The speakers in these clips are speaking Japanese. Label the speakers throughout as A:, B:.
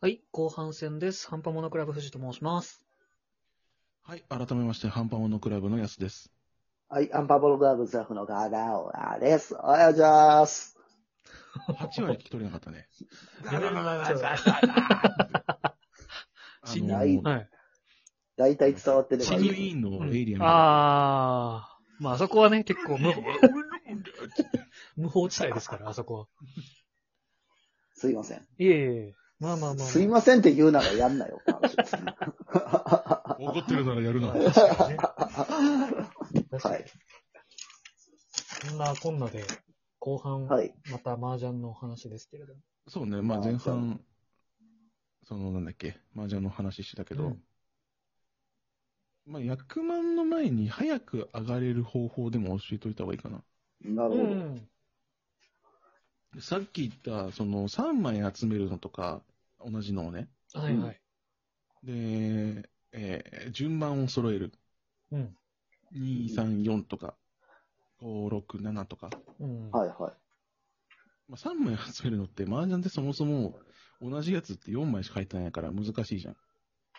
A: はい、後半戦です。ハンパモノクラブ藤と申します。
B: はい、改めまして、ハンパモノクラブの安です。
C: はい、アンパブログラブスタッフのガーダオラです。おはようございます。
B: 8割聞き取れなかったね。
A: 死に
B: あの
C: はい
A: はい。
C: 大体伝わってれば
B: チ
C: い
B: ーム委
C: い。
B: 員のエイリアンが、
A: あー、まああそこはね、結構 無法、無法地帯ですから、あそこは。
C: すいません。
A: いえいえ、まあまあまあ。
C: すいませんって言うならやん なよ。
B: 怒ってるなら やるな。
A: 確かにね確か
C: は
A: に
C: い。
A: そんなこんなで、後半、
C: はい。
A: また麻雀のお話ですけれども。
B: そうね、まあ
C: あ
B: 前半、そのなんだっけ、麻雀の話してたけど、
A: うん
B: まあ役満の前に早く上がれる方法でも教えといた方がいいかな。
C: なる
A: う
C: ほど。
A: ん。
B: でさっき言った、その3枚集めるのとか、同じのをね、
A: はいはい。
B: で、えー順番を揃える。
A: うん。
B: 2、3、4とか、5、6、7とか。
A: うん。
C: はいはい。
B: まあ、3枚集めるのって、麻雀ってそもそも同じやつって4枚しか入ってないから難しいじゃん。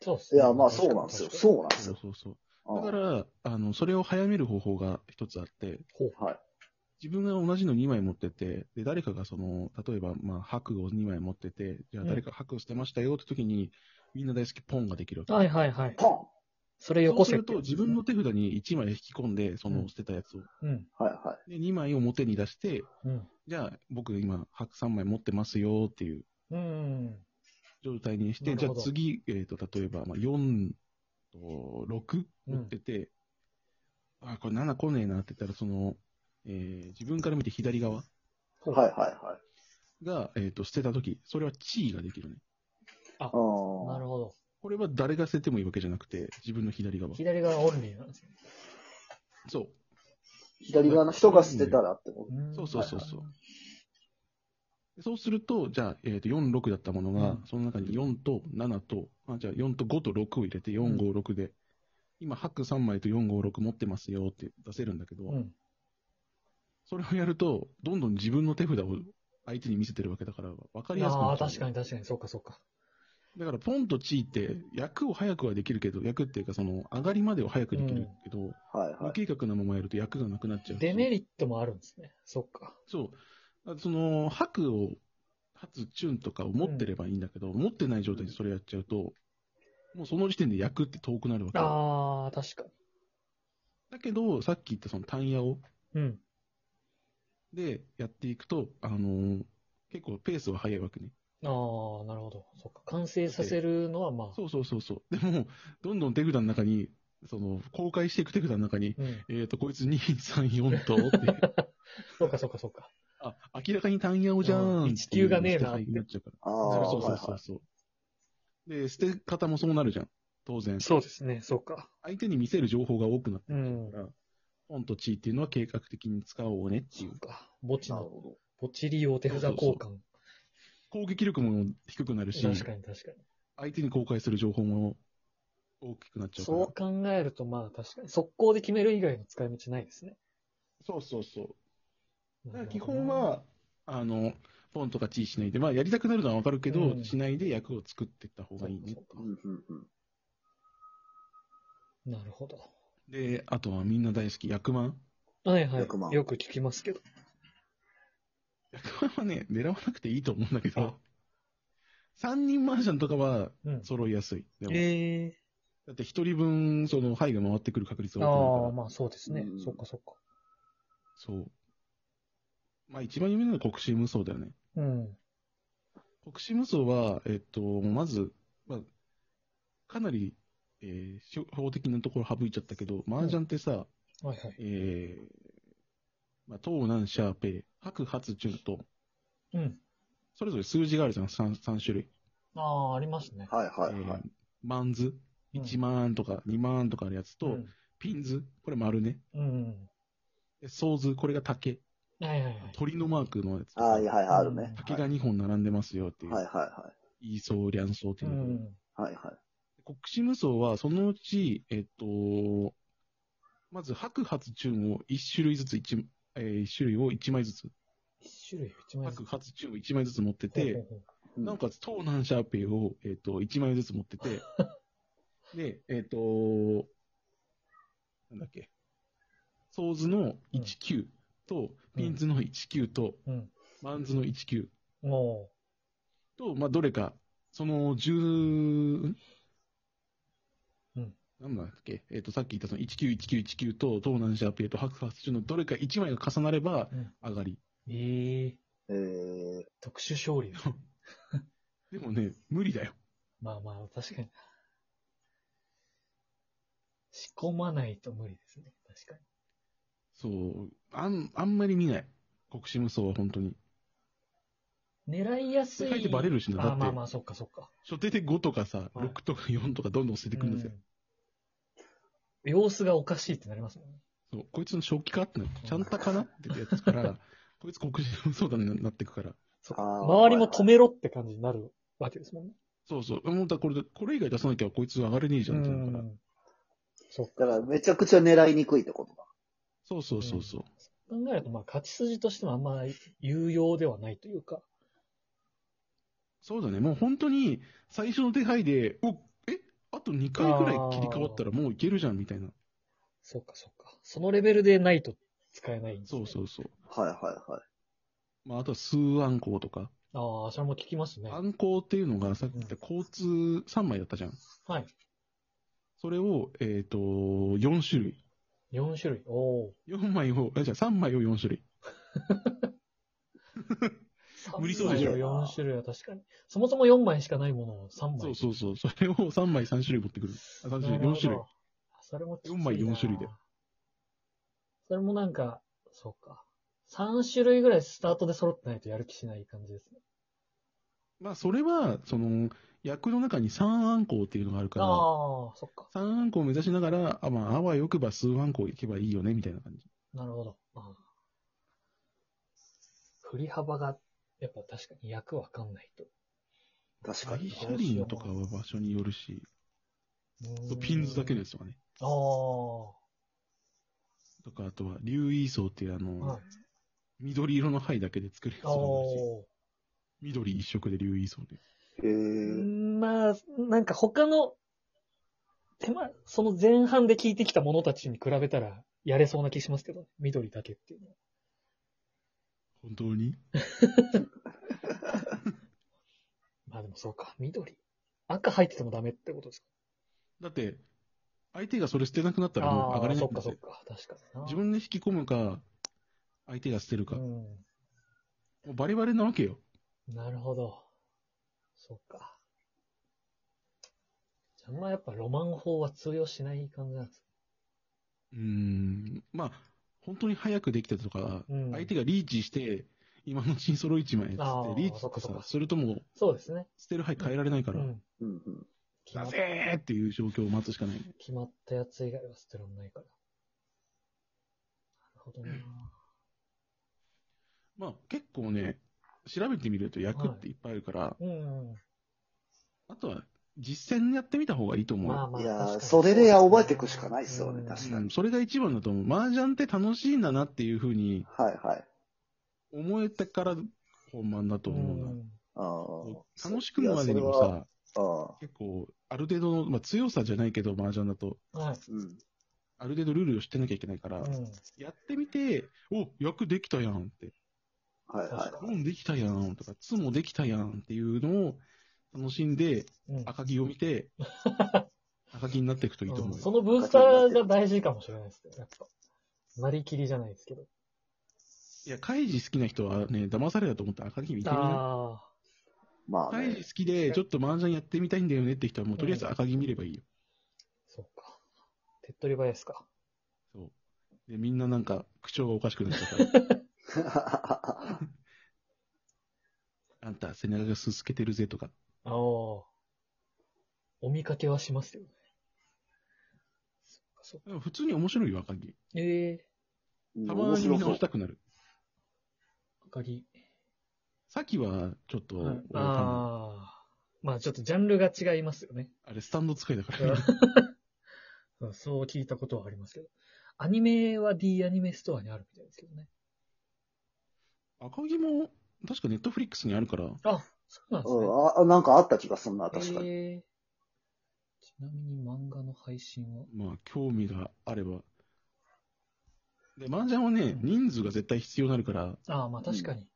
A: そうっす
C: い
A: ね
C: や、まあそうなんです
A: 確
C: よ。
A: かに
C: そうなんです
B: そう
C: よ。
B: そうそう。
C: うん
B: だから、あの、それを早める方法が一つあって、
A: ほう
C: はい
B: 自分が同じの2枚持ってて、で、誰かがその、例えば、まあ、白を2枚持ってて、じゃあ
A: うん
B: 誰か白を捨てましたよって時に、みんな大好きポンができるわけ。
A: はいはいはい。
C: ポ
A: それ
B: そ
A: よこ
B: うす
A: せっ
B: る
A: てや
B: と、
A: つです
B: 自
A: ね
B: 分の手札に1枚引き込んで、そ
A: うん
B: の捨てたやつを。
A: うん。
C: ンはいは
B: で、2枚を表に出して、
A: うん。
B: じゃあ、僕今、白3枚持ってますよっていう
A: うん。
B: 状態にして、
A: な
B: じ
A: る
B: ゃ
A: ほ
B: あ
A: ど
B: 次、えー、と例えば、まあ、4と6
A: うん
B: 打ってて、あ、これ7来ねえなって言ったら、その、えー自分から見て左側
C: い。はいはいは
B: が、えー、と捨てたとき、それは地位ができるね。
C: い。うん
A: なるほど。
B: これは誰が捨ててもいいわけじゃなくて、自分の左側。
A: 左側オンリーなんですよ。
B: そう。
C: 左側の人が捨てたらってこ
A: うん
B: そうそうそうそう。でそうすると、じゃあ、えー、と4、6だったものが、
A: うん
B: その中に4と7と、あじゃあ4と5と6を入れて、4、5、6で、今、白3枚と4、5、6持ってますよって出せるんだけど、
A: うん。
B: それをやると、どんどん自分の手札を相手に見せてるわけだから、分かりやすく
A: あ
B: な
A: あ、
B: っちゃう
A: 確かに確かに、そうかそうか。
B: だから、ポンとチーって、役を早くはできるけど、役っていうか、その、上がりまでは早くできるけど、
C: とはいは
B: 無
C: い。
B: 計画なままやると役がなくなっちゃうし。
A: デメリットもあるんですね。そっか。
B: そう。あその、白を、初チュンとかを持ってればいいんだけど、持ってない状態でそれやっちゃうと、もうその時点で役って遠くなるわけ。だ
A: ああ、確か
B: けど、さっき言ったその単野を、
A: に。うん。
B: で、やっていくと、あの結構ペースは速いわけね。
A: ああ、なるほど。そっか。完成させるのは、まあ。
B: そうそうそうそう。でも、どんどん手札の中に、その、公開していく手札の中に、
A: うん。
B: えっ、と、こいつ2、3、4と、 って、
A: そうかそうかそうか。
B: あ、明らかに単野をじゃ
A: うん
B: ーん。
A: 一級がねえな
B: っていうのが捨て牌になっちゃうから。
C: あ
A: ー
B: そうそう
C: あ、
B: そうそう。で、捨て方もそうなるじゃん。当然。
A: そうですね。そうか。
B: 相手に見せる情報が多くなって
A: う
B: る
A: ん。
B: から、ポンとチーっていうのは計画的に使おうねって
A: そ
B: いう
A: う。か。墓地
C: なる
A: の、
C: ほ
A: 墓地利用手札交換。
B: 攻撃力も低くなるし、
A: 確かに確かに。
B: 相手に公開する情報も大きくなっちゃうから。
A: そう考えると、まあ確かに。速攻で決める以外の使い道ないですね。
B: そうそうそう。だか
A: な
B: ら
A: る
B: 基
A: ほど
B: 本、は、あの、ポンとかチーしないで、まあやりたくなるのはわかるけど、
A: うん
B: しないで役を作っていった方
A: そ
B: が
A: う
B: いい
A: か
B: ね
A: そ。う
C: ど。
A: か
C: うんうんうん。
A: なるほど。
B: で、あとはみんな大好き、役満。
A: はいはい
C: 100万。
A: よく聞きますけど。
B: 役満はね、狙わなくていいと思うんだけ
A: あ
B: ど、3人マージャンとかは
A: うん。
B: 揃いやすい。でも
A: ええ
B: だって1人分、その、牌が回ってくる確率が多く
A: あ
B: な
A: あ、
B: るから。
A: まあそうですね
C: う。ん
A: そっかそっか。
B: そう。まあ一番有名なのは国士無双だよね。
A: うん。
B: 国士無双は、えっと、まず、まあ、かなり、えー、法的なところ省いちゃったけど、麻雀ってさ、
A: はいはい。
B: えー、まあ、東南シャーペイ、白発中と、
A: うん。
B: それぞれ数字があるじゃん、3, 三種類。
A: ああ、ありますね。
C: はいはい
B: え
C: は
B: ー
C: い。
B: マン
A: う
B: ズ、
A: ん
B: 1万とか2万とかあるやつと、
A: うん
B: ピンズ、これ丸ね。
A: うん。
B: でソーズ、これが竹。
A: はいはいはい。
B: 鳥のマークのやつと
C: あ
B: か。
C: あ、はいはい、あるね。
B: 竹が2本並んでますよっていう。
C: はいはいはい
B: そう、りゃんそうって
A: う
B: いうのが、
A: ん。
C: い。はいはい。
B: 国士無双は、そのうち、えっと、まず、白髪チューンを1種類ずつ一、えー一種類を1枚ずつ、
A: 一種類一枚ず
B: 白髪チューンを1枚ずつ持って
A: つ。ほう
B: て、
A: ほうほう
C: うん
B: なおかつ、東南シャーペイを、えっ、と、1枚ずつ持ってて、で、えっ、と、なんだっけ、ソーズの19と、ピンズの19と、
A: うん。
B: マンズの19
A: も
B: と、まあ、どれか、その10、ん
A: うん
B: なんだっけ、えっ、と、さっき言ったその191919と、東南シャーペイと、ハクハク中のどれか1枚が重なれば
A: うん、
B: 上がり。
A: う、ええ
C: えー、
A: 特殊勝 利。
B: でもね、無理だよ。
A: まあまあ、確かに。仕込まないと無理ですね。確かに。
B: そう、あん、あんまり見ない。国士無双は本当に。
A: 狙いやすい。
B: 書いてバレるしなだ
A: あ
B: って
A: まあまあ、そっかそっか。
B: 初手で5とかさ、
A: はい
B: 6とか4とかどんどん捨ててくるんですよ。
A: うん様子がおかしいってなりますもんね。
B: そう、こいつの正気かってなって、ちゃんたかなってやつ から、こいつ国士無双だになってくから。
A: そっ
C: あ
A: か
C: ー
A: 周りも止めろって感じになるわけですもんね。
B: そうそう。もうだこれで、これ以外出さなきゃこいつ上がれねえじゃんってなるから。
A: ん。そっか。
C: だからめちゃくちゃ狙いにくいってことだ。
B: そうそうそうそう。
A: 考えると、まあ、勝ち筋としてもあんま有用ではないというか。
B: そうだね。もう本当に、最初の手配で、おえあと2回ぐらい切り替わったらもういけるじゃんみたいな。
A: そうか、そうか。そのレベルでないと使えないんです
B: そ
A: ね、
B: うそうそう。
C: はいはいはい。
B: まあ、あとは数暗号とか。
A: ああ、それも聞きますね。
B: 暗号っていうのがさっき言った交通3枚だったじゃん。
A: はい。
B: それを、えっ、と、4種類。
A: 4種類。おお。
B: 4枚を、あ、じゃあ3枚を4種類。無理そうでしょ
A: 4種類は確かに。そもそも4枚しかないものを3枚。
B: そうそうそう。それを3枚3種類持ってくる。あ、3種
A: なる
B: 類、
A: ほ
B: 4
A: ど
B: 種類。。
A: それもきついな
B: 4枚4種類で。
A: それもなんか、そうか。3種類ぐらいスタートで揃ってないとやる気しない感じですね。
B: まあ、それは、その、役の中に3暗号っていうのがある
A: あ
B: か
A: あ
B: ら、
A: ー、そっか。
B: 3暗号を目指しながら、あ、まあ、あわよくば数暗号いけばいいよね、みたいな感じ。
A: なるほど。ああ振り幅が、やっぱ確かに役わかんないと。
C: 確か
B: 大
C: に。
B: 車輪とかは場所によるし、
A: うーん
B: ピンズだけのやつとかね。
A: ああ、は
B: とか、あとは、竜衣層っていうあの、
A: い。
B: 緑色の灰だけで作るやつと
A: あ
B: かもあるし、
A: あ。
B: 緑一色で竜衣層で。
C: へえ
A: まあ、なんか他の、手間、その前半で聞いてきたものたちに比べたら、やれそうな気しますけどね。緑だけっていうのは。
B: 本当に
A: まあでもそうか、緑。赤入っててもダメってことです
B: だって、相手がそれ捨てなくなった
A: か。
B: らもう上が
A: ああ
B: れ
A: ー、
B: な
A: そ
B: い
A: っ
B: ん
A: か
B: です
A: そっか。確
B: よ。
A: かにな。
B: 自分で引き込むか、相手が捨てるか。もうバリバリなわけよ。
A: うん。なるほど。そっか。じゃああんまやっぱロマン法は通用しない感じなんです
B: うーん。まあ、本当に早くできたとか、
A: うん
B: 相手がリーチして、今のうちに揃い一枚っつ
A: あ
B: っ
A: ー
B: て、リーチ
A: そっ
B: と
A: か
B: か
A: そっか
B: さ、それとも
A: そうですね。
B: 捨てる範囲変えられないか
A: う
B: ら、
A: ん。
C: うんうん。
A: 決ま
B: だ
A: っ
B: ぜーっていう状況を待つしかない。
A: 決まったやつ以外は捨てらんないから。なるほどな。
B: まあ、結構ね、調べてみると役っていっぱいあるから、
A: うんうん。
B: あとは実践やってみた方がいいと思う。
A: まあまあ。
C: いやー
A: 確かに
C: それで覚えてくしかないっすよね
A: うん
C: 確かに
B: うん、それが一番だと思う。麻雀って楽しいんだなっていうふうに
C: はいはい。
B: 思えたから本番だと思うな。
A: ん
C: あー
B: 楽しくもまでにも
C: いや
B: さ、
C: あー。
B: 結構、ある程度の、まあ、強さじゃないけど、麻雀だと、
A: はい。
C: うん。
B: ある程度ルールを知ってなきゃいけないから、
A: うん。
B: やってみて、お、役できたやんって、
C: はいは
A: 確。
C: い
A: か
B: ロンできたやんとか、ツもできたやんっていうのを楽しんで、
A: うん
B: 赤木を見て、赤木になっていくといいと思
A: う
B: うんよ。
A: そのブースターが大事かもしれないですね。やっぱ。なりきりじゃないですけど。
B: いや、カイジ好きな人はね、騙されたと思って赤木見てみな。
A: ああ。
C: まあ
B: カイ
C: ね
B: ジ。好きで、ちょっと麻雀やってみたいんだよねって人は、もうとりあえず赤木見ればいいよ。
A: そうか。手っ取り早いですか。
B: そう。で、みんななんか、口調がおかしくなっちゃうから、あんた背中がすすけてるぜとか。
A: ああ。お見かけはしますよね。そっかそっか。
B: でも普通に面白いよ、赤木。
A: ええ
B: た
C: 面
B: まに
C: 白
B: 見
C: そ
B: 直
C: う
B: し。たくなる。
A: ー。赤木。
B: さっきは、ちょっと、
A: はい
B: 俺は多分
A: ああ。まあちょっとジャンルが違いますよね。
B: あれ、スタンド使いだから。
A: うんそう聞いたことはありますけど。アニメは D アニメストアにあるみたいですけどね。
B: 赤木も、確かネットフリックスにあるから、
A: あ、そうなんです
C: う
A: ね。
C: ん、ああ、なんかあった気がすんな、確かに。
A: えー、ちなみに漫画の配信は
B: まあ、興味があれば。で、麻雀はね、
A: うん
B: 人数が絶対必要になるから、
A: ああ、まあ確かに。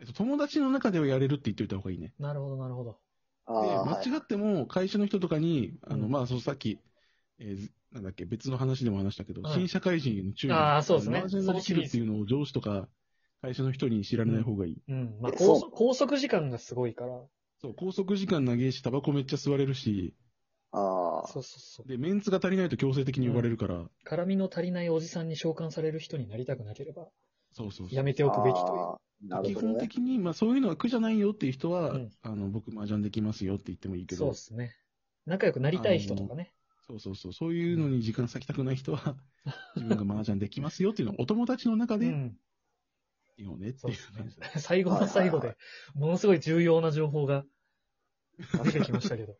B: えっと、友達の中ではやれるって言っておいた方がいいね。
A: なるほど、なるほど。
C: あ
B: で、
C: あ、
B: 間
C: はい。
B: 違っても、会社の人とかに、あの、
A: うん
B: まあ、そうさっき、えーずなんだっけ、別の話でも話したけど、
A: うん
B: 新社会人への注意。
A: あーそうですね
B: 麻雀ができるっていうのを上司とか、会社の人に知られない方がいい。
A: うん。まあ、
C: え
A: 拘束
C: そ
A: 拘束時間がすごいから。
B: そう、拘束時間長いし、タバコめっちゃ吸われるし、
C: ああ、
A: そうそうそう。
B: で、メンツが足りないと強制的に呼ばれるから、
A: 絡みの足りないおじさんに召喚される人になりたくなければ、
B: そうそうそう
A: やめておくべきという。
C: あーなる
B: 基
C: ほど
B: 本
C: ね。
B: 的に、まあ、そういうのは苦じゃないよっていう人は、
A: うん
B: あの僕、麻雀できますよって言ってもいいけ
A: そう
B: ど、
A: で、すね。仲良くなりたい人とかね。
B: そうそうそう、そういうのに時間割きたくない 人は、自分が麻雀できますよっていうのを、お友達の中
A: う
B: で、
A: ん。
B: よねって
A: そう
B: い
A: で
B: う
A: す
B: 感
A: ね
B: じだね。。
A: 最後の最後
C: はいはい
A: で、ものすごい重要な情報が出てきましたけど。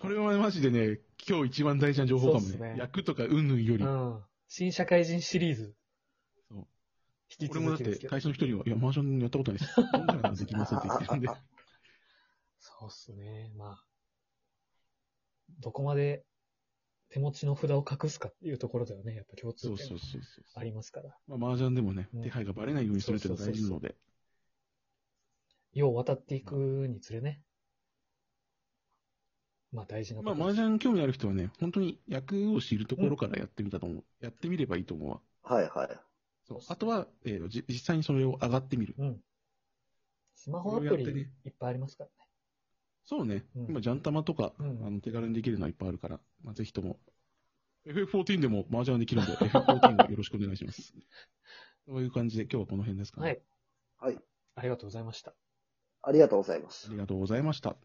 B: これはマジでね、今日一番大事な情報かも
A: そうっす
B: ね
A: ね。
B: 役とかうんぬんより
A: う。ん。新社会人シリーズ
B: そう。
A: 引き
B: 俺もだ
A: 続き
B: って
A: ですけ、ど。
B: 会社の人には、いや、マージャンやったことないです。マージャンできませんって言ってた んで。
A: そうっすね。まあ。どこまで手持ちの札を隠すかっていうところではね、やっぱ共
B: そ
A: 通
B: うそうそ
A: 点
B: うそう。
A: ありますから。
B: まあ、麻雀でもね
A: う、ん
B: 手配がバレないようにするっていうのが大事なので。
A: よう渡っていくにつれね。まあ大事なこ
B: まあ、
A: と
B: 麻
A: です。
B: 雀興味ある人はね、本当に役を知るところからやってみたと思う。やってみればいいと思うわ。
C: はいはい。
B: そう。あとは、えーじ実際にそれを上がってみる。
A: うん。スマホア
B: こ
A: プ
B: れをやって
A: リ
B: ね
A: いっぱいありますからね。
B: そうね。
A: うん
B: 今、ジャンタマとか、
A: うん
B: あの手軽にできるのはいっぱいあるから、まあ、ぜひとも。FF14 でも麻雀できるん で、FF14 をよろしくお願いし ます。そういう感じで、今日はこの辺ですかね。
A: はい。
C: はい。
A: ありがとうございました。
C: ありがとうございます
B: あ。りがとうございました。